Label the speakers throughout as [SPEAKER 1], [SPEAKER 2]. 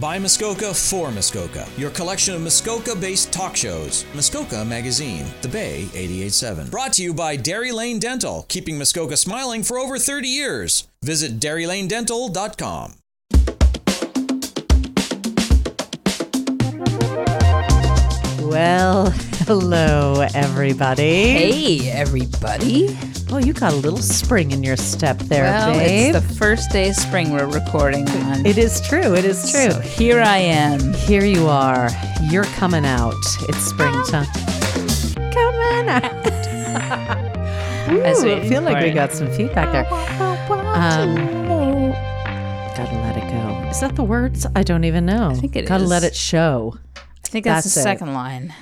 [SPEAKER 1] By Muskoka for Muskoka, your collection of Muskoka based talk shows. Muskoka Magazine, The Bay 887. Brought to you by Dairy Lane Dental, keeping Muskoka smiling for over 30 years. Visit DairyLaneDental.com.
[SPEAKER 2] Well, hello, everybody.
[SPEAKER 3] Hey, everybody.
[SPEAKER 2] Oh, you got a little spring in your step there,
[SPEAKER 3] Well,
[SPEAKER 2] babe.
[SPEAKER 3] it's the first day of spring we're recording on.
[SPEAKER 2] it is true. It is true.
[SPEAKER 3] So here I am.
[SPEAKER 2] Here you are. You're coming out. It's springtime. Coming out.
[SPEAKER 3] was
[SPEAKER 2] Ooh, I
[SPEAKER 3] waiting
[SPEAKER 2] feel like
[SPEAKER 3] for
[SPEAKER 2] we
[SPEAKER 3] it.
[SPEAKER 2] got some feedback there. Um, gotta let it go. Is that the words? I don't even know. I
[SPEAKER 3] think it
[SPEAKER 2] gotta
[SPEAKER 3] is.
[SPEAKER 2] let it show.
[SPEAKER 3] I think that's,
[SPEAKER 2] That's
[SPEAKER 3] the
[SPEAKER 2] it.
[SPEAKER 3] second line.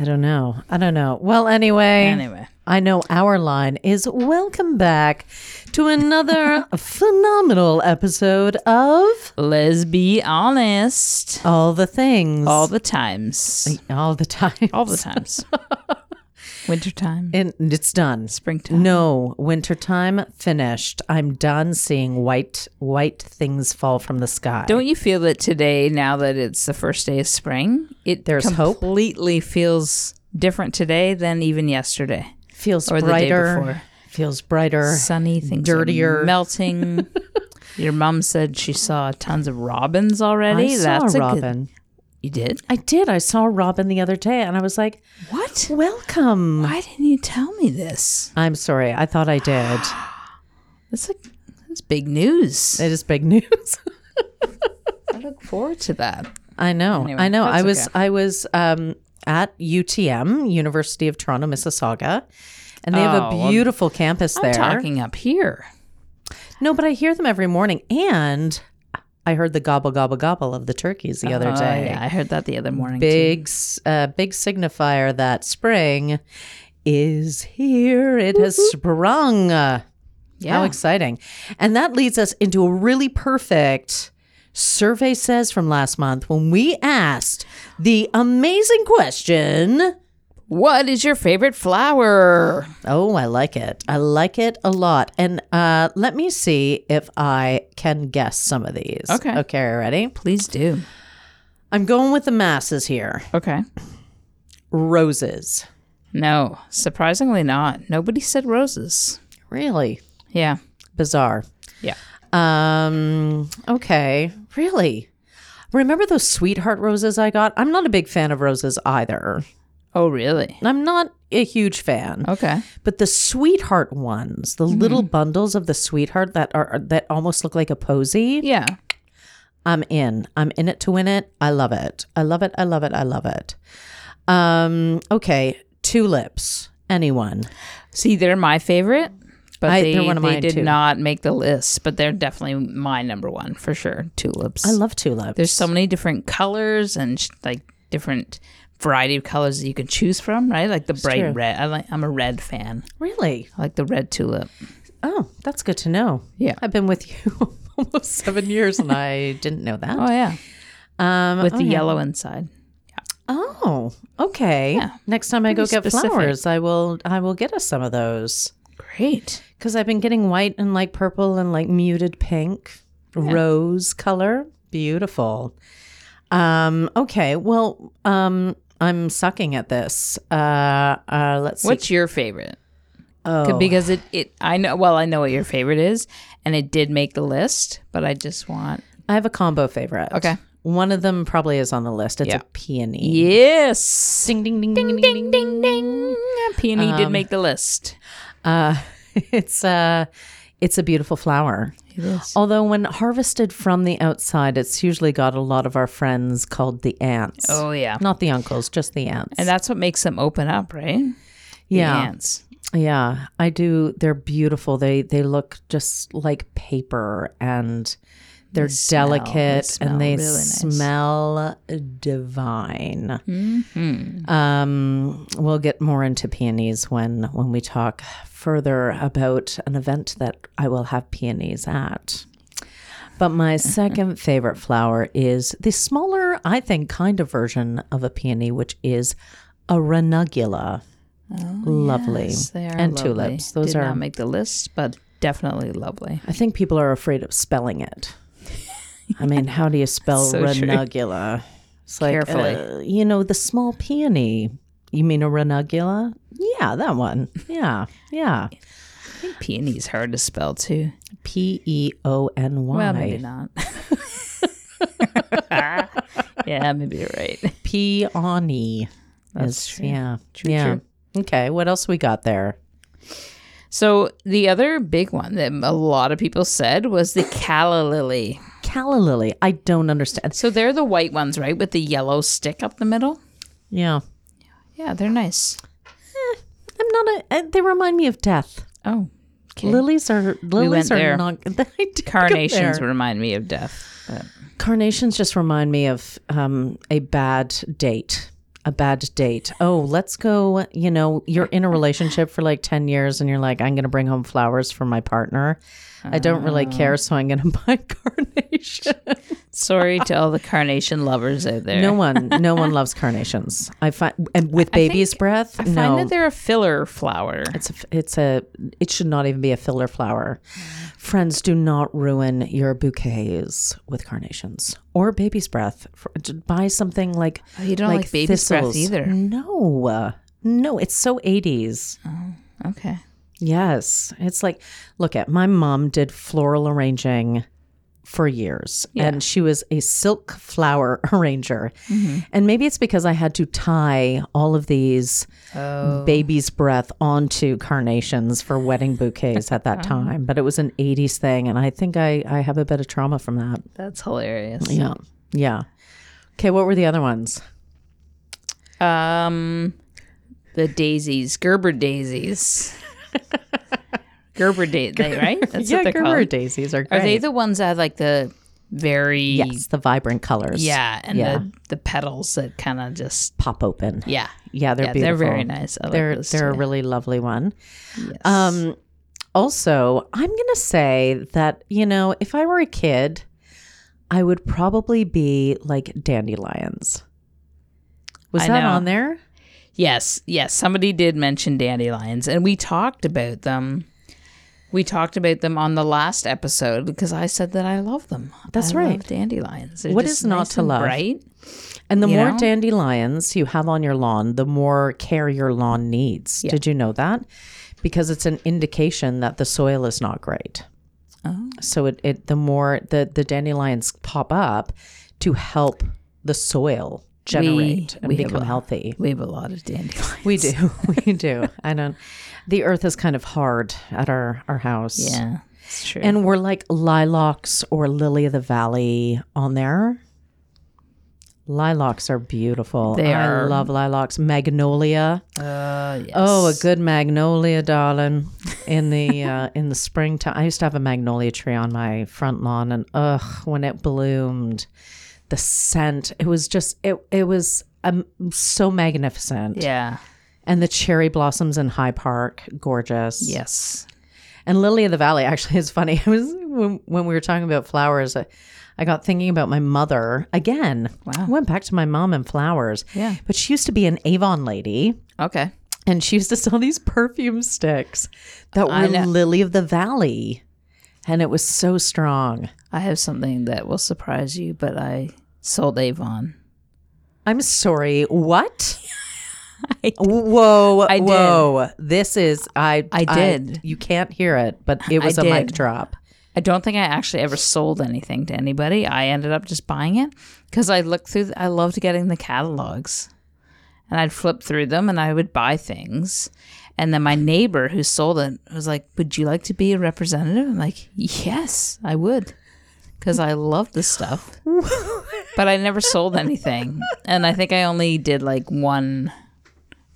[SPEAKER 2] I don't know. I don't know. Well, anyway.
[SPEAKER 3] Anyway.
[SPEAKER 2] I know our line is welcome back to another phenomenal episode of
[SPEAKER 3] Let's be honest.
[SPEAKER 2] All the Things.
[SPEAKER 3] All the times.
[SPEAKER 2] all the time.
[SPEAKER 3] All the times. Wintertime.
[SPEAKER 2] And it's done.
[SPEAKER 3] Springtime.
[SPEAKER 2] No, wintertime finished. I'm done seeing white white things fall from the sky.
[SPEAKER 3] Don't you feel that today, now that it's the first day of spring, it
[SPEAKER 2] There's hope.
[SPEAKER 3] completely feels different today than even yesterday?
[SPEAKER 2] feels
[SPEAKER 3] or the day
[SPEAKER 2] brighter.
[SPEAKER 3] before.
[SPEAKER 2] Feels brighter.
[SPEAKER 3] sunny things are
[SPEAKER 2] dirtier.
[SPEAKER 3] melting your mom said she saw tons of robins already
[SPEAKER 2] I saw
[SPEAKER 3] that's a good-
[SPEAKER 2] Robin.
[SPEAKER 3] you did
[SPEAKER 2] I did. I saw Robin the other day and I was like,
[SPEAKER 3] what
[SPEAKER 2] "Welcome."
[SPEAKER 3] Mm. why didn't you tell me this
[SPEAKER 2] I'm sorry. I thought I did.
[SPEAKER 3] that's like that's big news
[SPEAKER 2] It is big news.
[SPEAKER 3] i look forward to that
[SPEAKER 2] I know.
[SPEAKER 3] Anyway,
[SPEAKER 2] I know. I
[SPEAKER 3] that's
[SPEAKER 2] was
[SPEAKER 3] okay.
[SPEAKER 2] I was um, at UTM, University of Toronto, Mississauga, and they have
[SPEAKER 3] Oh,
[SPEAKER 2] a
[SPEAKER 3] well,
[SPEAKER 2] beautiful campus there.
[SPEAKER 3] i'm talking up here
[SPEAKER 2] No, but I hear them every morning, and I heard the gobble gobble gobble of the turkeys the other
[SPEAKER 3] Oh,
[SPEAKER 2] day.
[SPEAKER 3] yeah, i heard that the other morning
[SPEAKER 2] Big s- uh, big signifier that spring is here. It has sprung.
[SPEAKER 3] too. yeah
[SPEAKER 2] How exciting. And that leads us into a really perfect survey says from last month when we asked the amazing question.
[SPEAKER 3] what is your favorite flower
[SPEAKER 2] Oh, I like it. I like it a lot. And uh, let me see if I can guess some of these.
[SPEAKER 3] Okay.
[SPEAKER 2] Okay, ready?
[SPEAKER 3] please do
[SPEAKER 2] I'm going with the masses here.
[SPEAKER 3] okay
[SPEAKER 2] Roses.
[SPEAKER 3] no surprisingly not nobody said roses
[SPEAKER 2] Really
[SPEAKER 3] yeah
[SPEAKER 2] bizarre.
[SPEAKER 3] yeah
[SPEAKER 2] Um, okay. Really? Remember those sweetheart roses I got? I'm not a big fan of roses either.
[SPEAKER 3] oh really
[SPEAKER 2] I'm not a huge fan.
[SPEAKER 3] okay
[SPEAKER 2] But the sweetheart ones, the
[SPEAKER 3] Mm-hmm.
[SPEAKER 2] little bundles of the sweetheart that are that almost look like a posy,
[SPEAKER 3] yeah
[SPEAKER 2] I'm in. I'm in it to win it. I love it. I love it. I love it. I love it. Um, okay, tulips. Anyone?
[SPEAKER 3] See, they're my favorite, but
[SPEAKER 2] I-
[SPEAKER 3] they,
[SPEAKER 2] they're one of
[SPEAKER 3] they
[SPEAKER 2] mine,
[SPEAKER 3] did
[SPEAKER 2] too.
[SPEAKER 3] not make the list. But they're definitely my number one for sure. Tulips.
[SPEAKER 2] I love tulips.
[SPEAKER 3] There's so many different colors and sh- like different variety of colors that you can choose from, right? Like the bright
[SPEAKER 2] true.
[SPEAKER 3] red. I like. I'm a red fan.
[SPEAKER 2] really.
[SPEAKER 3] I like the red tulip.
[SPEAKER 2] Oh, that's good to know.
[SPEAKER 3] Yeah.
[SPEAKER 2] I've been with you almost seven years, and I didn't know that.
[SPEAKER 3] Oh yeah,
[SPEAKER 2] Um,
[SPEAKER 3] with
[SPEAKER 2] oh,
[SPEAKER 3] the
[SPEAKER 2] yeah.
[SPEAKER 3] yellow inside.
[SPEAKER 2] Oh, okay.
[SPEAKER 3] Yeah.
[SPEAKER 2] Next time I go
[SPEAKER 3] Pretty
[SPEAKER 2] get
[SPEAKER 3] specific.
[SPEAKER 2] flowers, I will. I will get us some of those.
[SPEAKER 3] Great.
[SPEAKER 2] Because I've been getting white and like purple and like muted pink, rose color. Beautiful. Um, okay. Well, um, I'm sucking at this. Uh, uh, let's see.
[SPEAKER 3] What's your favorite? Oh. Because it, it I know well I know what your favorite is and it did make the list but I just want
[SPEAKER 2] I have a combo favorite.
[SPEAKER 3] Okay.
[SPEAKER 2] One of them probably is on the list. It's
[SPEAKER 3] Yeah.
[SPEAKER 2] a peony.
[SPEAKER 3] yes
[SPEAKER 2] Ding, ding, ding, ding, ding, ding, ding, ding. Um,
[SPEAKER 3] peony did make the list
[SPEAKER 2] Uh, it's uh, it's a beautiful flower.
[SPEAKER 3] it is
[SPEAKER 2] Although when harvested from the outside, it's usually got a lot of our friends called the ants.
[SPEAKER 3] Oh yeah.
[SPEAKER 2] Not the uncles, just the ants.
[SPEAKER 3] And that's what makes them open up, right? The
[SPEAKER 2] yeah.
[SPEAKER 3] ants.
[SPEAKER 2] Yeah, I do. They're beautiful. They they look just like paper and they're
[SPEAKER 3] smell- they
[SPEAKER 2] delicate
[SPEAKER 3] smell
[SPEAKER 2] and they
[SPEAKER 3] really nice.
[SPEAKER 2] smell divine.
[SPEAKER 3] Mm-hmm.
[SPEAKER 2] Um, we'll get more into peonies when when we talk further about an event that I will have peonies at. But my second favorite flower is the smaller, I think, kind of version of a peony, which is a ranunculus. lovely.
[SPEAKER 3] Oh, Yes, they are
[SPEAKER 2] and
[SPEAKER 3] lovely.
[SPEAKER 2] tulips. Those
[SPEAKER 3] Did
[SPEAKER 2] are
[SPEAKER 3] not make the list, but definitely lovely.
[SPEAKER 2] I think people are afraid of spelling it. I mean, how do you spell
[SPEAKER 3] So true.
[SPEAKER 2] ranugula? It's like,
[SPEAKER 3] Carefully.
[SPEAKER 2] uh, you know, the small peony. You mean a ranugula? Yeah, that one. Yeah, yeah.
[SPEAKER 3] I think peony's hard to spell too.
[SPEAKER 2] P E O N
[SPEAKER 3] Well,
[SPEAKER 2] Y.
[SPEAKER 3] maybe not. yeah, maybe you're right.
[SPEAKER 2] Peony.
[SPEAKER 3] That's
[SPEAKER 2] E Is-
[SPEAKER 3] true.
[SPEAKER 2] Yeah.
[SPEAKER 3] True,
[SPEAKER 2] yeah.
[SPEAKER 3] true.
[SPEAKER 2] Okay. What else we got there?
[SPEAKER 3] So the other big one that a lot of people said was the calla lily.
[SPEAKER 2] Calla lily. I don't understand.
[SPEAKER 3] So they're the white ones, right, with the yellow stick up the middle.
[SPEAKER 2] Yeah.
[SPEAKER 3] Yeah, they're nice.
[SPEAKER 2] I'm not a. uh, They remind me of death.
[SPEAKER 3] Oh, okay.
[SPEAKER 2] Lilies are lilies
[SPEAKER 3] went
[SPEAKER 2] are
[SPEAKER 3] there.
[SPEAKER 2] not. I did go
[SPEAKER 3] carnations
[SPEAKER 2] there.
[SPEAKER 3] remind me of death. but-
[SPEAKER 2] Carnations just remind me of um, a bad date. A bad date. Oh, let's go. You know, you're in a relationship for like 10 years and you're like, I'm going to bring home flowers for my partner. I don't really
[SPEAKER 3] Ah.
[SPEAKER 2] care, so I'm going to buy carnations.
[SPEAKER 3] Sorry to all the carnation lovers out there.
[SPEAKER 2] no one, no one loves carnations. I find, and with baby's breath,
[SPEAKER 3] I
[SPEAKER 2] no.
[SPEAKER 3] find that they're a filler flower.
[SPEAKER 2] It's a, f- it's a, it should not even be a filler flower. Friends, do not ruin your bouquets with carnations or baby's breath. For, to buy something like
[SPEAKER 3] Oh, you don't like, baby's breath
[SPEAKER 2] thistles.
[SPEAKER 3] either.
[SPEAKER 2] No, no, it's so eighties.
[SPEAKER 3] Okay.
[SPEAKER 2] Yes, it's like, look at my mom did floral arranging for years, and she was a silk flower arranger.
[SPEAKER 3] Mm-hmm.
[SPEAKER 2] And maybe it's because I had to tie all of these
[SPEAKER 3] Oh.
[SPEAKER 2] baby's breath onto carnations for wedding bouquets at
[SPEAKER 3] Uh-huh.
[SPEAKER 2] that time. But it was an '80s thing, and I think I I have a bit of trauma from that.
[SPEAKER 3] That's hilarious.
[SPEAKER 2] Yeah, yeah. Okay, what were the other ones?
[SPEAKER 3] Um, the daisies, Gerber daisies. Gerber daisy, right? That's
[SPEAKER 2] yeah,
[SPEAKER 3] what they're
[SPEAKER 2] Gerber
[SPEAKER 3] called.
[SPEAKER 2] daisies are
[SPEAKER 3] Are
[SPEAKER 2] great.
[SPEAKER 3] they the ones that have like the very
[SPEAKER 2] yes, the vibrant colors.
[SPEAKER 3] yeah, and
[SPEAKER 2] Yeah.
[SPEAKER 3] the the petals that kind of just
[SPEAKER 2] pop open.
[SPEAKER 3] yeah.
[SPEAKER 2] Yeah, they're
[SPEAKER 3] yeah, they're
[SPEAKER 2] beautiful.
[SPEAKER 3] very nice. I like
[SPEAKER 2] they're
[SPEAKER 3] those
[SPEAKER 2] they're a
[SPEAKER 3] too.
[SPEAKER 2] really lovely one.
[SPEAKER 3] Yes.
[SPEAKER 2] Um, also, I'm gonna say that you know, if I were a kid, I would probably be like dandelions. Was
[SPEAKER 3] I
[SPEAKER 2] that
[SPEAKER 3] know.
[SPEAKER 2] on there?
[SPEAKER 3] Yes, yes. Somebody did mention dandelions, and we talked about them. We talked about them on the last episode because I said that I love them.
[SPEAKER 2] That's
[SPEAKER 3] I
[SPEAKER 2] right.
[SPEAKER 3] Love dandelions.
[SPEAKER 2] What is not to love?
[SPEAKER 3] Right?
[SPEAKER 2] And the
[SPEAKER 3] You
[SPEAKER 2] more
[SPEAKER 3] know?
[SPEAKER 2] dandelions you have on your lawn, the more care your lawn needs. Did you know that? Because it's an indication that the soil is not great.
[SPEAKER 3] Oh.
[SPEAKER 2] So it, it the more the, the dandelions pop up to help the soil generate and
[SPEAKER 3] we have
[SPEAKER 2] become
[SPEAKER 3] a-
[SPEAKER 2] healthy.
[SPEAKER 3] We have a lot of dandelions.
[SPEAKER 2] We do. We do. I don't the earth is kind of hard at our, our house.
[SPEAKER 3] Yeah, it's true.
[SPEAKER 2] And we're like lilacs or lily of the valley on there. Lilacs are beautiful.
[SPEAKER 3] They
[SPEAKER 2] I
[SPEAKER 3] are.
[SPEAKER 2] love lilacs. Magnolia.
[SPEAKER 3] uh, yes.
[SPEAKER 2] Oh, a good magnolia, darling. In the uh, in the springtime, I used to have a magnolia tree on my front lawn, and ugh, when it bloomed, the scent. It was just it. It was um, so magnificent.
[SPEAKER 3] yeah,
[SPEAKER 2] And the cherry blossoms in High Park, gorgeous.
[SPEAKER 3] yes.
[SPEAKER 2] And Lily of the Valley actually is funny. I was when, when we were talking about flowers, I, I got thinking about my mother again. Wow. I went back to my mom and flowers.
[SPEAKER 3] Yeah.
[SPEAKER 2] But she used to be an Avon lady
[SPEAKER 3] Okay.
[SPEAKER 2] and she used to sell these perfume sticks that
[SPEAKER 3] I
[SPEAKER 2] were
[SPEAKER 3] know.
[SPEAKER 2] Lily of the Valley. And it was so strong.
[SPEAKER 3] I have something that will surprise you, but I sold Avon.
[SPEAKER 2] I'm sorry, what? whoa,
[SPEAKER 3] I did.
[SPEAKER 2] whoa. This is I
[SPEAKER 3] I did.
[SPEAKER 2] you can't hear it, but it was a mic
[SPEAKER 3] did.
[SPEAKER 2] drop.
[SPEAKER 3] I don't think I actually ever sold anything to anybody. I ended up just buying it because I looked through. I loved getting the catalogs, and I'd flip through them and I would buy things. And then my neighbor who sold it was like, "Would you like to be a representative?" I'm like, "Yes, I would," because I loved the stuff. but I never sold anything, and I think I only did like one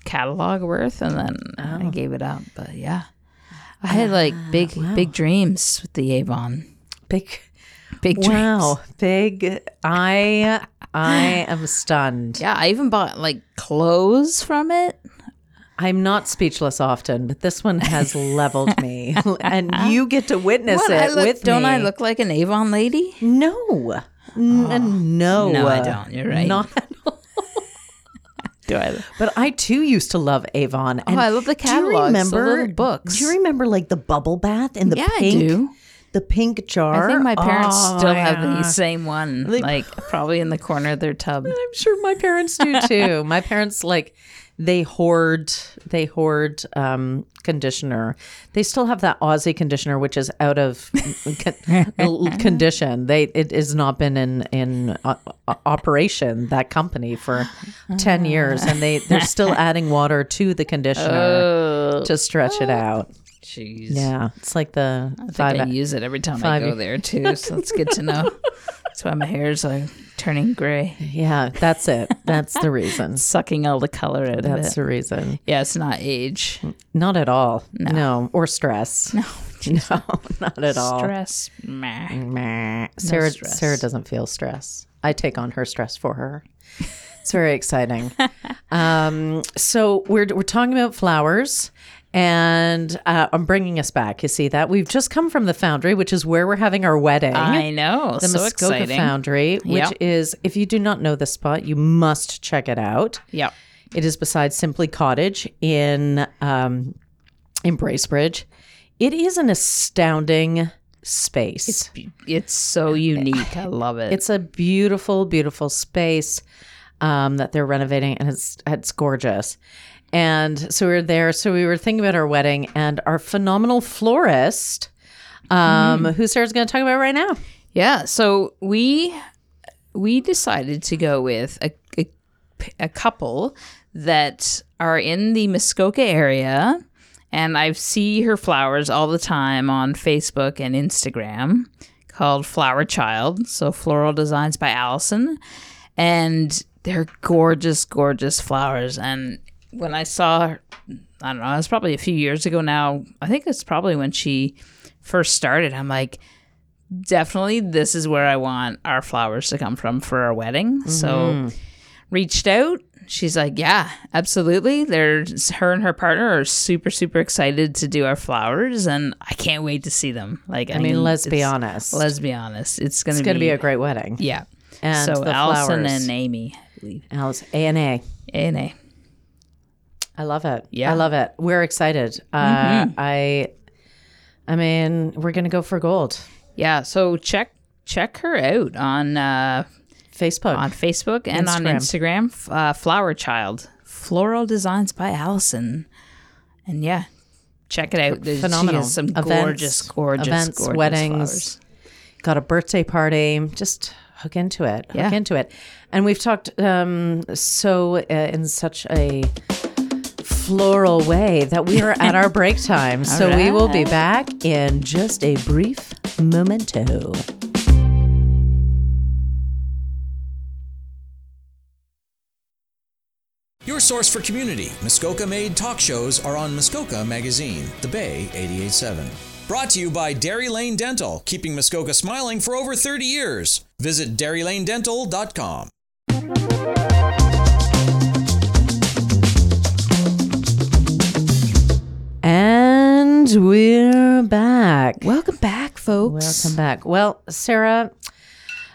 [SPEAKER 3] catalog worth, and then I gave it up. But yeah. I had like big, big dreams with the Avon.
[SPEAKER 2] Big
[SPEAKER 3] Big dreams.
[SPEAKER 2] Wow, big! I I am stunned.
[SPEAKER 3] Yeah, I even bought like clothes from it.
[SPEAKER 2] I'm not speechless often, but this one has leveled me, and you get to witness
[SPEAKER 3] What,
[SPEAKER 2] it
[SPEAKER 3] I look,
[SPEAKER 2] with
[SPEAKER 3] don't
[SPEAKER 2] me.
[SPEAKER 3] I look like an Avon lady?
[SPEAKER 2] No, N- no,
[SPEAKER 3] No, I don't. You're right.
[SPEAKER 2] Not,
[SPEAKER 3] Do I? Look?
[SPEAKER 2] but I too used to love Avon. And
[SPEAKER 3] Oh, I love the
[SPEAKER 2] do you
[SPEAKER 3] catalogs, the
[SPEAKER 2] remember
[SPEAKER 3] little books.
[SPEAKER 2] Do you remember like the bubble bath and the
[SPEAKER 3] yeah,
[SPEAKER 2] pink?
[SPEAKER 3] I do.
[SPEAKER 2] the pink jar.
[SPEAKER 3] I think my parents
[SPEAKER 2] Oh,
[SPEAKER 3] still have
[SPEAKER 2] yeah.
[SPEAKER 3] the same one,
[SPEAKER 2] They-
[SPEAKER 3] like probably in the corner of their tub.
[SPEAKER 2] I'm sure my parents do too. my parents like they hoard they hoard um, conditioner. They still have that Aussie conditioner which is out of con- l- condition. They it has not been in in uh, uh, operation that company for
[SPEAKER 3] Oh.
[SPEAKER 2] 10 years and they they're still adding water to the conditioner
[SPEAKER 3] Oh,
[SPEAKER 2] to stretch it out.
[SPEAKER 3] jeez.
[SPEAKER 2] Yeah, it's like the
[SPEAKER 3] I,
[SPEAKER 2] five
[SPEAKER 3] think I use it every time
[SPEAKER 2] five-
[SPEAKER 3] I go there too, so that's good to know. That's why my hair's like turning gray,
[SPEAKER 2] Yeah, that's it. That's the reason.
[SPEAKER 3] sucking all the color out of
[SPEAKER 2] That's Mm.
[SPEAKER 3] it.
[SPEAKER 2] the reason.
[SPEAKER 3] Yeah, it's not age.
[SPEAKER 2] Not at all. No. Or stress. No. No, not at all.
[SPEAKER 3] Stress.
[SPEAKER 2] Mm.
[SPEAKER 3] Meh.
[SPEAKER 2] Meh. Sarah
[SPEAKER 3] stress.
[SPEAKER 2] Sarah doesn't feel stress. I take on her stress for her. It's very exciting. um, so we're we're talking about flowers. And uh, I'm bringing us back. You see that we've just come from the foundry, which is where we're having our wedding.
[SPEAKER 3] I know.
[SPEAKER 2] the
[SPEAKER 3] Ah, so
[SPEAKER 2] Muskoka
[SPEAKER 3] exciting.
[SPEAKER 2] Foundry, which
[SPEAKER 3] Yep.
[SPEAKER 2] is if you do not know this spot, you must check it out.
[SPEAKER 3] Yep.
[SPEAKER 2] It is beside Simply Cottage in um, in Bracebridge. It is an astounding space. It's,
[SPEAKER 3] It's so unique. I love it.
[SPEAKER 2] a beautiful, beautiful space um, that they're renovating, and it's it's gorgeous. And so we were there. So we were thinking about our wedding and our phenomenal florist, um, who Sarah's going to talk about right now.
[SPEAKER 3] Yeah, so we we decided to go with a, a, a couple that are in the Muskoka area, and I see her flowers all the time on Facebook and Instagram, called Flower Child. So floral designs by Allison, and they're gorgeous, gorgeous flowers. And when I saw, I don't know, it was probably a few years ago now. I think it's probably when she first started. I'm like definitely this is where I want our flowers to come from for our wedding. So
[SPEAKER 2] Mm-hmm.
[SPEAKER 3] reached out. She's like, yeah, absolutely. There's her and her partner are super, super excited to do our flowers, and I can't wait to see them. Like, I,
[SPEAKER 2] I mean, let's be
[SPEAKER 3] Mm, it's-
[SPEAKER 2] honest.
[SPEAKER 3] Let's be honest. It's gonna
[SPEAKER 2] it's going to be a great wedding.
[SPEAKER 3] yeah.
[SPEAKER 2] And
[SPEAKER 3] so
[SPEAKER 2] the
[SPEAKER 3] Allison
[SPEAKER 2] flowers.
[SPEAKER 3] and Amy, I believe.
[SPEAKER 2] Alice, A and A.
[SPEAKER 3] And A.
[SPEAKER 2] I love it.
[SPEAKER 3] Yeah. Mm-hmm.
[SPEAKER 2] I love it. We're excited. Uh, I, I mean, we're gonna go for gold.
[SPEAKER 3] Yeah. So check check her out on uh,
[SPEAKER 2] Facebook.
[SPEAKER 3] on Facebook and on Instagram. f- Uh, Flower Child Floral Designs by Allison, and yeah, check it out. There's, She
[SPEAKER 2] Phenomenal.
[SPEAKER 3] has some
[SPEAKER 2] Events,
[SPEAKER 3] gorgeous, gorgeous,
[SPEAKER 2] events,
[SPEAKER 3] gorgeous
[SPEAKER 2] weddings.
[SPEAKER 3] flowers.
[SPEAKER 2] Got a birthday party. Just hook into it. Hook
[SPEAKER 3] Yeah.
[SPEAKER 2] into it. And we've talked um, so uh, in such a floral way that we are at our break time. So we will be back in just a brief momento.
[SPEAKER 1] Your source for community. Muskoka made talk shows are on Muskoka Magazine, The Bay 887. Brought to you by Dairy Lane Dental, keeping Muskoka smiling for over 30 years. Visit dairylanedental.com.
[SPEAKER 2] And we're back.
[SPEAKER 3] Welcome back, folks.
[SPEAKER 2] Welcome back. Well, Sarah,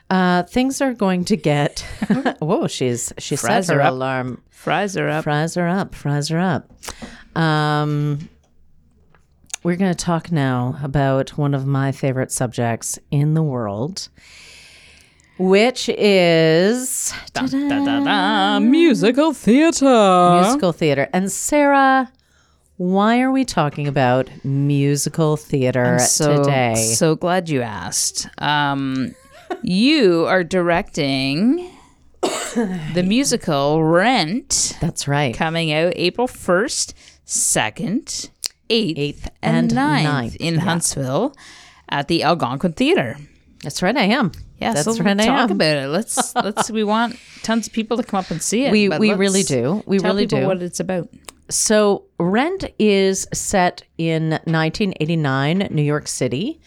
[SPEAKER 2] uh, things are going to get. Whoa, she's she
[SPEAKER 3] Fries
[SPEAKER 2] set her
[SPEAKER 3] her up.
[SPEAKER 2] alarm.
[SPEAKER 3] Fries are up.
[SPEAKER 2] Fries her up. Fries her up. Um, we're going to talk now about one of my favorite subjects in the world, which is
[SPEAKER 3] Dun, dun, dun, dun. Musical theater.
[SPEAKER 2] musical theater. And Sarah. Why are we talking about musical theater
[SPEAKER 3] so,
[SPEAKER 2] today?
[SPEAKER 3] So glad you asked. Um, you are directing the musical Rent.
[SPEAKER 2] That's right.
[SPEAKER 3] coming out April 1st, 2nd, 8th,
[SPEAKER 2] Eighth
[SPEAKER 3] and,
[SPEAKER 2] and
[SPEAKER 3] 9th,
[SPEAKER 2] ninth,
[SPEAKER 3] in Huntsville at the Algonquin Theater.
[SPEAKER 2] That's right. I am.
[SPEAKER 3] Yeah,
[SPEAKER 2] That's
[SPEAKER 3] so
[SPEAKER 2] right.
[SPEAKER 3] let's
[SPEAKER 2] I
[SPEAKER 3] talk
[SPEAKER 2] am.
[SPEAKER 3] about it. Let's let's we want tons of people to come up and see it.
[SPEAKER 2] We
[SPEAKER 3] but
[SPEAKER 2] we really
[SPEAKER 3] let's
[SPEAKER 2] do. We
[SPEAKER 3] tell
[SPEAKER 2] really
[SPEAKER 3] people
[SPEAKER 2] do.
[SPEAKER 3] what it's about.
[SPEAKER 2] So Rent is set in 1989, New York City,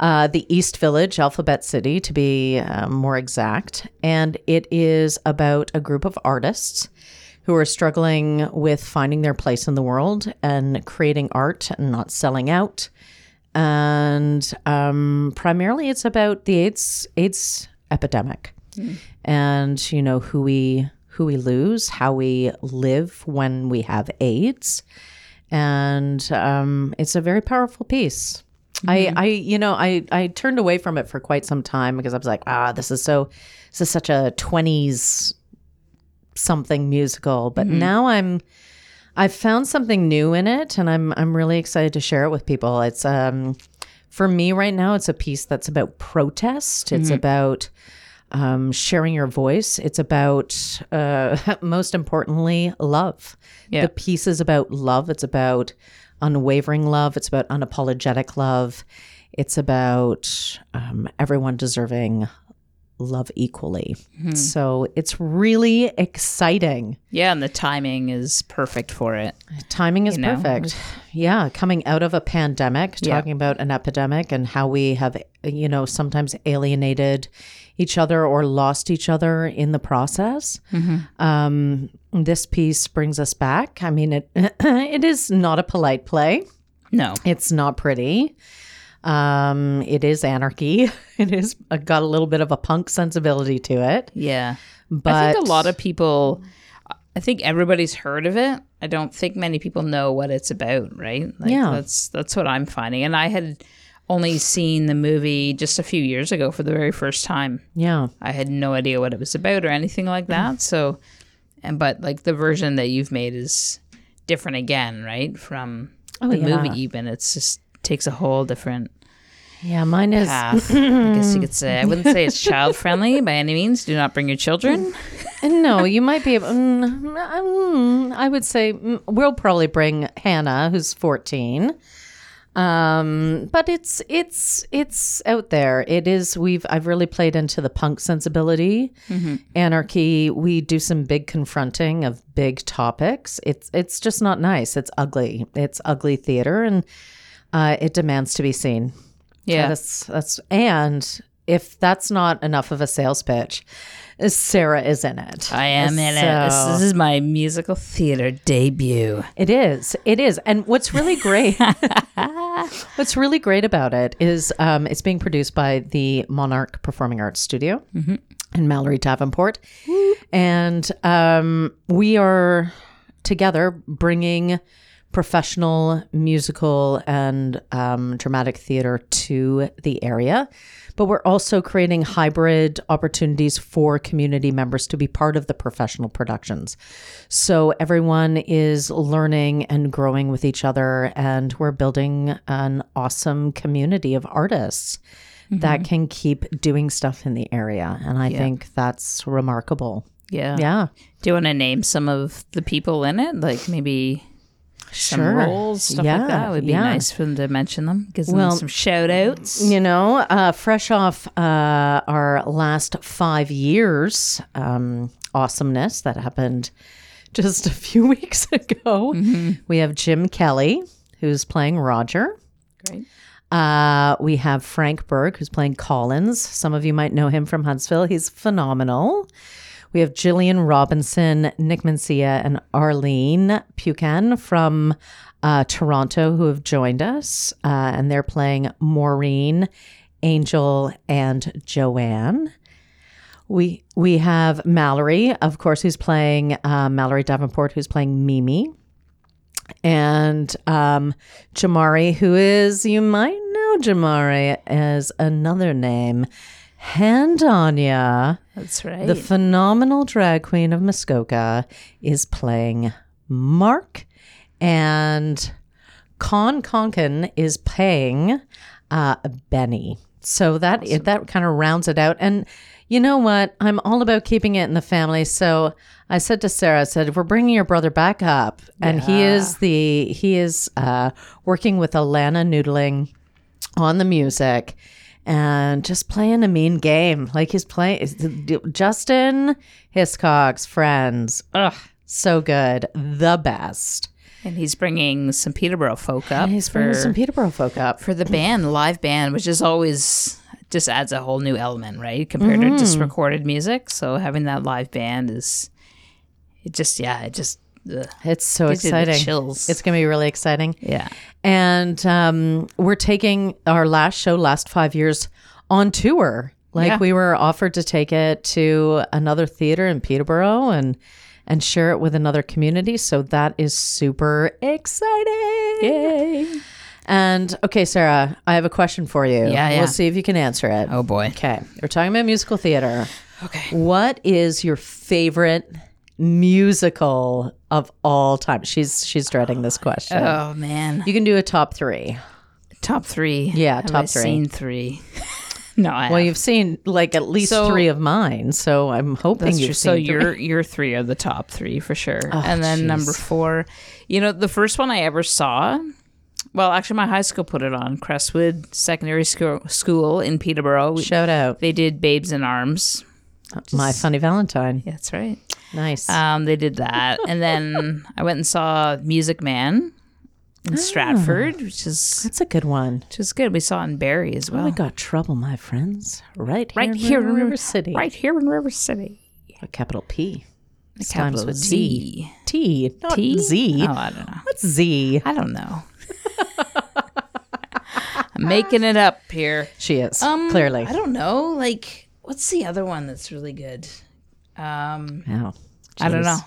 [SPEAKER 2] uh, the East Village, Alphabet City, to be uh, more exact, and it is about a group of artists who are struggling with finding their place in the world and creating art and not selling out. And um, primarily, it's about the AIDS AIDS epidemic, and you know who we who we lose, how we live when we have AIDS, and um, it's a very powerful piece. I, I, you know, I, I turned away from it for quite some time because I was like, ah, this is so, this is such a twenties something musical. But now I'm, I've found something new in it, and I'm, I'm really excited to share it with people. It's, um, for me right now, it's a piece that's about protest. It's about um, sharing your voice. It's about, uh, most importantly, love. The piece is about love. It's about unwavering love. It's about unapologetic love. It's about um, everyone deserving love equally. So it's really exciting.
[SPEAKER 3] Yeah, and the timing is perfect for it.
[SPEAKER 2] Timing is perfect. Yeah, coming out of a pandemic, talking about an epidemic and how we have, you know, sometimes alienated each other or lost each other in the process. Um, this piece brings us back. I mean, it it is not a polite play.
[SPEAKER 3] No.
[SPEAKER 2] It's not pretty. Um, it is anarchy. It is uh, got a little bit of a punk sensibility to it.
[SPEAKER 3] Yeah.
[SPEAKER 2] But
[SPEAKER 3] I think a lot of people, I think everybody's heard of it. I don't think many people know what it's about, right? Like,
[SPEAKER 2] Yeah.
[SPEAKER 3] That's, that's what I'm finding. And I had only seen the movie just a few years ago for the very first time.
[SPEAKER 2] yeah,
[SPEAKER 3] I had no idea what it was about or anything
[SPEAKER 2] Mm.
[SPEAKER 3] like that. So, and but like the version that you've made is different again, right? From the
[SPEAKER 2] Oh, yeah.
[SPEAKER 3] movie, even it's just takes a whole different
[SPEAKER 2] yeah. Mine is
[SPEAKER 3] path. I guess you could say. I wouldn't say it's child friendly by any means. Do not bring your children.
[SPEAKER 2] no. You might be able. Mm, mm, I would say mm, we'll probably bring Hannah, who's fourteen. Um, but it's it's it's out there. It is. We've I've really played into the punk sensibility,
[SPEAKER 3] Mm-hmm.
[SPEAKER 2] anarchy. We do some big confronting of big topics. It's it's just not nice. It's ugly. It's ugly theater, and uh, it demands to be seen.
[SPEAKER 3] Yeah.
[SPEAKER 2] That's that's and if that's not enough of a sales pitch, Sarah is in it.
[SPEAKER 3] I am in it. This,
[SPEAKER 2] So-
[SPEAKER 3] this is my musical theater debut.
[SPEAKER 2] It is. It is. And what's really great what's really great about it is um, it's being produced by the Monarch Performing Arts Studio and Mallory Davenport. And um, we are together bringing professional musical and um, dramatic theater to the area. But we're also creating hybrid opportunities for community members to be part of the professional productions. So everyone is learning and growing with each other, and we're building an awesome community of artists that
[SPEAKER 3] Mm-hmm.
[SPEAKER 2] can keep doing stuff in the area. And I think that's remarkable.
[SPEAKER 3] Yeah.
[SPEAKER 2] Yeah.
[SPEAKER 3] Do you want to name some of the people in it? Like maybe some
[SPEAKER 2] Sure.
[SPEAKER 3] roles, stuff like
[SPEAKER 2] Yeah,
[SPEAKER 3] that. It would be
[SPEAKER 2] yeah.
[SPEAKER 3] nice for them to mention them. Give them some shout outs.
[SPEAKER 2] You know, uh, fresh off uh, our last five years um, awesomeness that happened just a few weeks ago,
[SPEAKER 3] Mm-hmm.
[SPEAKER 2] we have Jim Kelly, who's playing Roger.
[SPEAKER 3] Great.
[SPEAKER 2] Uh, we have Frank Berg, who's playing Collins. Some of you might know him from Huntsville. He's phenomenal. We have Jillian Robinson, Nick Mencia, and Arlene Pucan from uh, Toronto who have joined us. Uh, and they're playing Maureen, Angel, and Joanne. We we have Mallory, of course, who's playing uh, Mallory Davenport, who's playing Mimi, and um, Jamari, who is you might know Jamari as another name, Hand Anya,
[SPEAKER 3] That's right.
[SPEAKER 2] the phenomenal drag queen of Muskoka, is playing Mark, and Con Conkin is playing uh, Benny. So that it, that kind of rounds it out. And you know what? I'm all about keeping it in the family. So I said to Sarah, I said, "We're bringing your brother back up, and he is the he is uh, working with Alana Noodling on the music." And just playing a mean game, like he's playing Justin Hiscock's friends. Ugh, so good, the best.
[SPEAKER 3] and he's bringing some Peterborough folk up
[SPEAKER 2] He's
[SPEAKER 3] for,
[SPEAKER 2] bringing some Peterborough folk up.
[SPEAKER 3] for the band, live band, which is always just adds a whole new element, right? Compared to
[SPEAKER 2] Mm.
[SPEAKER 3] just recorded music. So having that live band is, it just, yeah, it just, ugh.
[SPEAKER 2] It's so
[SPEAKER 3] Gives you the
[SPEAKER 2] exciting.
[SPEAKER 3] chills.
[SPEAKER 2] It's going to be really exciting.
[SPEAKER 3] yeah.
[SPEAKER 2] And um, we're taking our last show, last five years, on tour. Like
[SPEAKER 3] Yeah.
[SPEAKER 2] we were offered to take it to another theater in Peterborough and and share it with another community. So that is super exciting.
[SPEAKER 3] Yay.
[SPEAKER 2] And okay, Sarah, I have a question for you.
[SPEAKER 3] Yeah, yeah.
[SPEAKER 2] We'll see if you can answer it.
[SPEAKER 3] Oh boy.
[SPEAKER 2] Okay. We're talking about musical theater.
[SPEAKER 3] Okay.
[SPEAKER 2] What is your favorite musical of all time? She's she's dreading this question.
[SPEAKER 3] Oh man.
[SPEAKER 2] You can do a top three.
[SPEAKER 3] Top three.
[SPEAKER 2] Yeah,
[SPEAKER 3] Have
[SPEAKER 2] top
[SPEAKER 3] I
[SPEAKER 2] three.
[SPEAKER 3] Seen three. no, I.
[SPEAKER 2] Well,
[SPEAKER 3] haven't.
[SPEAKER 2] you've seen like at least
[SPEAKER 3] So-
[SPEAKER 2] three of mine, so I'm hoping
[SPEAKER 3] That's
[SPEAKER 2] you've
[SPEAKER 3] true.
[SPEAKER 2] seen.
[SPEAKER 3] So
[SPEAKER 2] three.
[SPEAKER 3] your your three Oh, are the top three for sure. and then number four, you know, the first one I ever saw. Well, actually, my high school put it on Crestwood Secondary School, school in Peterborough. We-
[SPEAKER 2] shout out,
[SPEAKER 3] They did Babes in Arms.
[SPEAKER 2] my funny Valentine. Uh,
[SPEAKER 3] Yeah, that's right.
[SPEAKER 2] Nice.
[SPEAKER 3] Um, they did that, and then I went and saw Music Man in Stratford, which is
[SPEAKER 2] That's a good one.
[SPEAKER 3] which is good. We saw it in Barrie as well.
[SPEAKER 2] We got trouble, my friends. Right here,
[SPEAKER 3] Oh. right here
[SPEAKER 2] in River City.
[SPEAKER 3] Right here in River City.
[SPEAKER 2] A capital P. This
[SPEAKER 3] Capital
[SPEAKER 2] time's with Z.
[SPEAKER 3] Z.
[SPEAKER 2] T, not
[SPEAKER 3] T?
[SPEAKER 2] Z.
[SPEAKER 3] Oh, I don't know.
[SPEAKER 2] What's Z?
[SPEAKER 3] I don't know. I'm making it up here. Um,
[SPEAKER 2] She is clearly.
[SPEAKER 3] I don't know. Like, what's the other one that's really good? Um,
[SPEAKER 2] Wow.
[SPEAKER 3] I don't
[SPEAKER 2] Jeez.
[SPEAKER 3] know.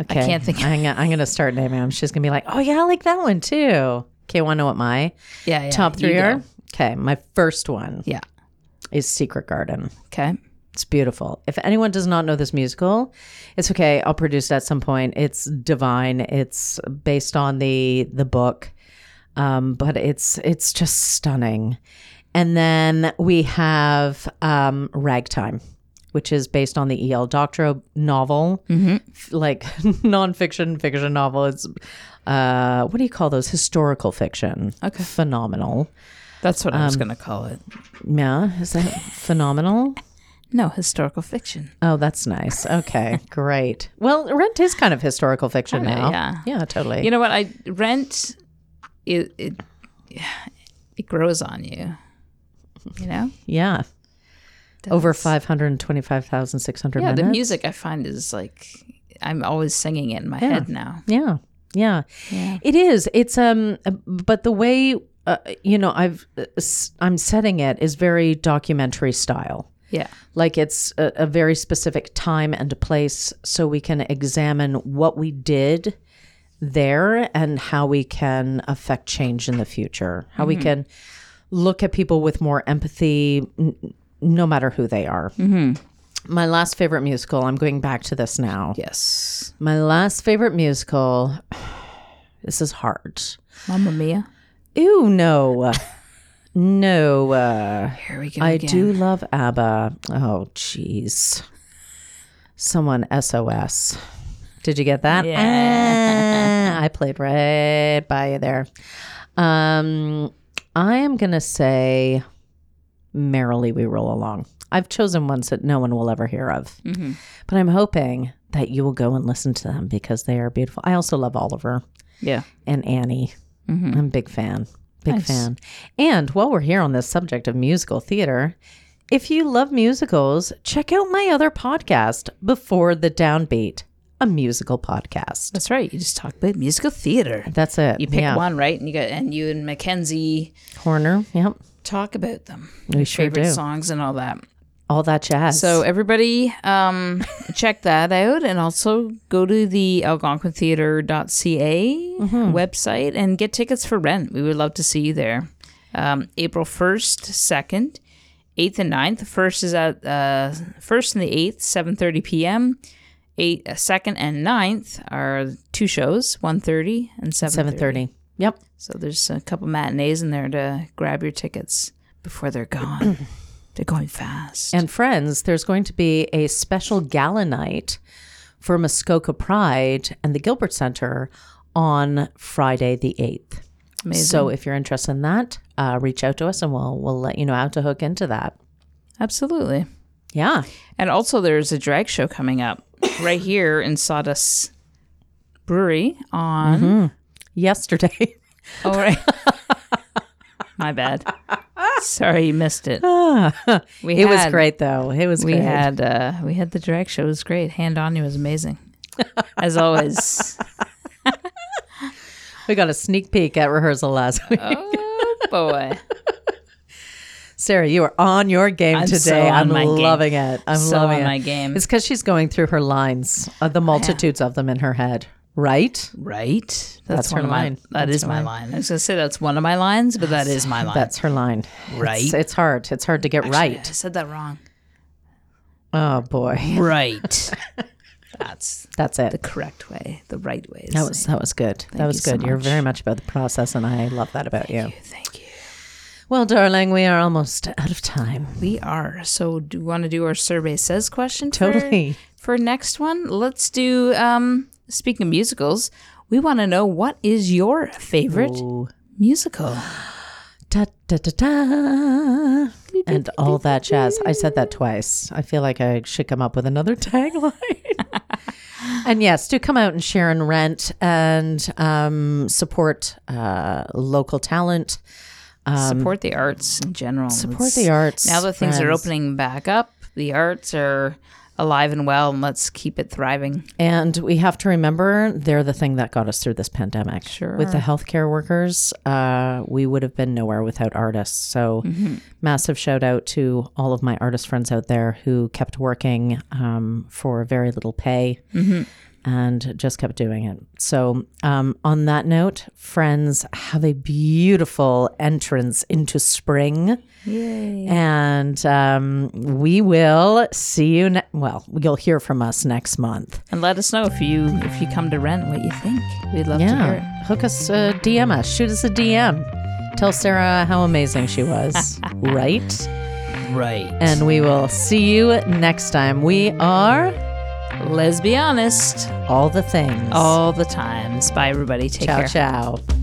[SPEAKER 2] Okay.
[SPEAKER 3] can't think-
[SPEAKER 2] I'm, gonna- I'm going to start naming them. She's going to be like, oh, yeah, I like that one too. Okay, want to know what my
[SPEAKER 3] Yeah, yeah.
[SPEAKER 2] top
[SPEAKER 3] you
[SPEAKER 2] three
[SPEAKER 3] go.
[SPEAKER 2] are? Okay, my first one
[SPEAKER 3] Yeah.
[SPEAKER 2] is Secret Garden.
[SPEAKER 3] Okay.
[SPEAKER 2] It's beautiful. If anyone does not know this musical, it's okay. I'll produce it at some point. It's divine. It's based on the the book, um, but it's it's just stunning. And then we have um, Ragtime, which is based on the E.L. Doctorow novel, F- like nonfiction fiction novel. It's uh, what do you call those? Historical fiction. Okay, phenomenal.
[SPEAKER 3] That's what I was going to call it.
[SPEAKER 2] Yeah, is that phenomenal?
[SPEAKER 3] No, historical fiction.
[SPEAKER 2] Oh, that's nice. Okay, great. Well, Rent is kind of historical fiction
[SPEAKER 3] Kinda,
[SPEAKER 2] now.
[SPEAKER 3] yeah.
[SPEAKER 2] yeah, totally.
[SPEAKER 3] You know what? I rent it it, it grows on you. You know?
[SPEAKER 2] yeah, over five hundred twenty-five thousand six hundred
[SPEAKER 3] Yeah, the
[SPEAKER 2] minutes.
[SPEAKER 3] music I find is like I'm always singing it in my head now.
[SPEAKER 2] yeah, yeah, It is. It's um, but the way uh, you know I've uh, s- I'm setting it is very documentary style.
[SPEAKER 3] Yeah.
[SPEAKER 2] like it's a, a very specific time and place so we can examine what we did there and how we can affect change in the future how we can look at people with more empathy n- no matter who they are my last favorite musical i'm going back to this now
[SPEAKER 3] Yes.
[SPEAKER 2] my last favorite musical this is hard
[SPEAKER 3] Mamma Mia.
[SPEAKER 2] ew no no uh,
[SPEAKER 3] Here we go.
[SPEAKER 2] I
[SPEAKER 3] again.
[SPEAKER 2] do love ABBA. Oh, jeez. Someone SOS. Did you get that? Ah, I played right by you there. Um, I am going to say Merrily We Roll Along. I've chosen ones that no one will ever hear of,
[SPEAKER 3] Mm-hmm.
[SPEAKER 2] but I'm hoping that you will go and listen to them because they are beautiful. I also love Oliver
[SPEAKER 3] Yeah.
[SPEAKER 2] and Annie.
[SPEAKER 3] Mm-hmm.
[SPEAKER 2] I'm a big fan. Big fan. And while we're here on this subject of musical theater, if you love musicals, check out my other podcast, Before the Downbeat, a musical podcast.
[SPEAKER 3] That's right. You just talk about musical theater.
[SPEAKER 2] That's it.
[SPEAKER 3] You pick
[SPEAKER 2] yeah.
[SPEAKER 3] one, right? And you got and you and Mackenzie
[SPEAKER 2] Horner. Yep.
[SPEAKER 3] talk about them.
[SPEAKER 2] We sure
[SPEAKER 3] favorite
[SPEAKER 2] do.
[SPEAKER 3] songs and all that.
[SPEAKER 2] All that jazz.
[SPEAKER 3] So everybody, um, check that out, and also go to the AlgonquinTheater.ca website and get tickets for Rent. We would love to see you there. Um, April first, second, eighth, and 9th. The First is at uh, first and the eighth, seven thirty p.m. Eight, uh, second and 9th are two shows, 1.30 and 7.30.
[SPEAKER 2] 7.30. Yep.
[SPEAKER 3] So there's a couple matinees in there to grab your tickets before they're gone. they're going fast.
[SPEAKER 2] And friends, there's going to be a special gala night for Muskoka Pride and the Gilbert Center on Friday the 8th.
[SPEAKER 3] Amazing.
[SPEAKER 2] So if you're interested in that, uh, reach out to us and we'll we'll let you know how to hook into that.
[SPEAKER 3] Absolutely.
[SPEAKER 2] Yeah.
[SPEAKER 3] And also, there's a drag show coming up right here in Sawdust Brewery on.
[SPEAKER 2] Mm-hmm. Yesterday.
[SPEAKER 3] Oh, right. My bad. Sorry, you missed it. We
[SPEAKER 2] it was
[SPEAKER 3] had-
[SPEAKER 2] great though. It was
[SPEAKER 3] We
[SPEAKER 2] great.
[SPEAKER 3] had uh, we had the drag show. It was great. Hand on you was amazing, as always.
[SPEAKER 2] we got a sneak peek at rehearsal last week.
[SPEAKER 3] Oh boy,
[SPEAKER 2] Sarah, you are on your game
[SPEAKER 3] I'm so
[SPEAKER 2] today. I'm
[SPEAKER 3] on my game.
[SPEAKER 2] loving it. I'm
[SPEAKER 3] so
[SPEAKER 2] loving
[SPEAKER 3] on
[SPEAKER 2] it.
[SPEAKER 3] my game.
[SPEAKER 2] It's because she's going through her lines, uh, the multitudes of them in her head right?
[SPEAKER 3] Right? That's,
[SPEAKER 2] That's
[SPEAKER 3] one
[SPEAKER 2] her
[SPEAKER 3] of my-
[SPEAKER 2] line.
[SPEAKER 3] That
[SPEAKER 2] That's
[SPEAKER 3] is
[SPEAKER 2] her
[SPEAKER 3] my
[SPEAKER 2] line.
[SPEAKER 3] line. I was gonna say that's one of my lines, but that is my line.
[SPEAKER 2] That's her line.
[SPEAKER 3] Right.
[SPEAKER 2] It's, it's hard. It's hard to get
[SPEAKER 3] I
[SPEAKER 2] right.
[SPEAKER 3] said that wrong.
[SPEAKER 2] Oh boy,
[SPEAKER 3] Right. that's
[SPEAKER 2] that's it.
[SPEAKER 3] the correct way. The right way. is
[SPEAKER 2] That was that was good. that was
[SPEAKER 3] you so
[SPEAKER 2] good. You're
[SPEAKER 3] much.
[SPEAKER 2] very much about the process, and I love that about you.
[SPEAKER 3] saying, Thank you.
[SPEAKER 2] Well, darling, we are almost out of time.
[SPEAKER 3] We are. So do you want to do our survey says question? for-
[SPEAKER 2] Totally.
[SPEAKER 3] For, next one, let's do um speaking of musicals, we want to know what is your favorite musical?
[SPEAKER 2] Da, da, da, da. And all that jazz. I said that twice. I feel like I should come up with another tagline. and yes, do come out and share and rent and um, support uh, local talent.
[SPEAKER 3] support the arts in general.
[SPEAKER 2] Um, Support
[SPEAKER 3] Let's-
[SPEAKER 2] the arts.
[SPEAKER 3] Now that things are
[SPEAKER 2] friends.
[SPEAKER 3] opening back up, the arts are alive and well and let's keep it thriving.
[SPEAKER 2] And we have to remember they're the thing that got us through this pandemic.
[SPEAKER 3] Sure.
[SPEAKER 2] With the healthcare workers, uh, we would have been nowhere without artists. So, massive shout out to all of my artist friends out there who kept working um, for very little pay and just kept doing it. So, um, on that note, friends, have a beautiful entrance into spring.
[SPEAKER 3] Yay.
[SPEAKER 2] And um, we will see you. Ne- well, you'll hear from us next month.
[SPEAKER 3] And let us know if you if you come to rent what you think. We'd love to hear it.
[SPEAKER 2] Yeah. Hook us, uh, DM us, shoot us a DM. Tell Sarah how amazing she was, right?
[SPEAKER 3] Right.
[SPEAKER 2] And we will see you next time. We are
[SPEAKER 3] Let's be honest.
[SPEAKER 2] all the things.
[SPEAKER 3] All the times. Bye, everybody. Take
[SPEAKER 2] ciao,
[SPEAKER 3] care.
[SPEAKER 2] ciao.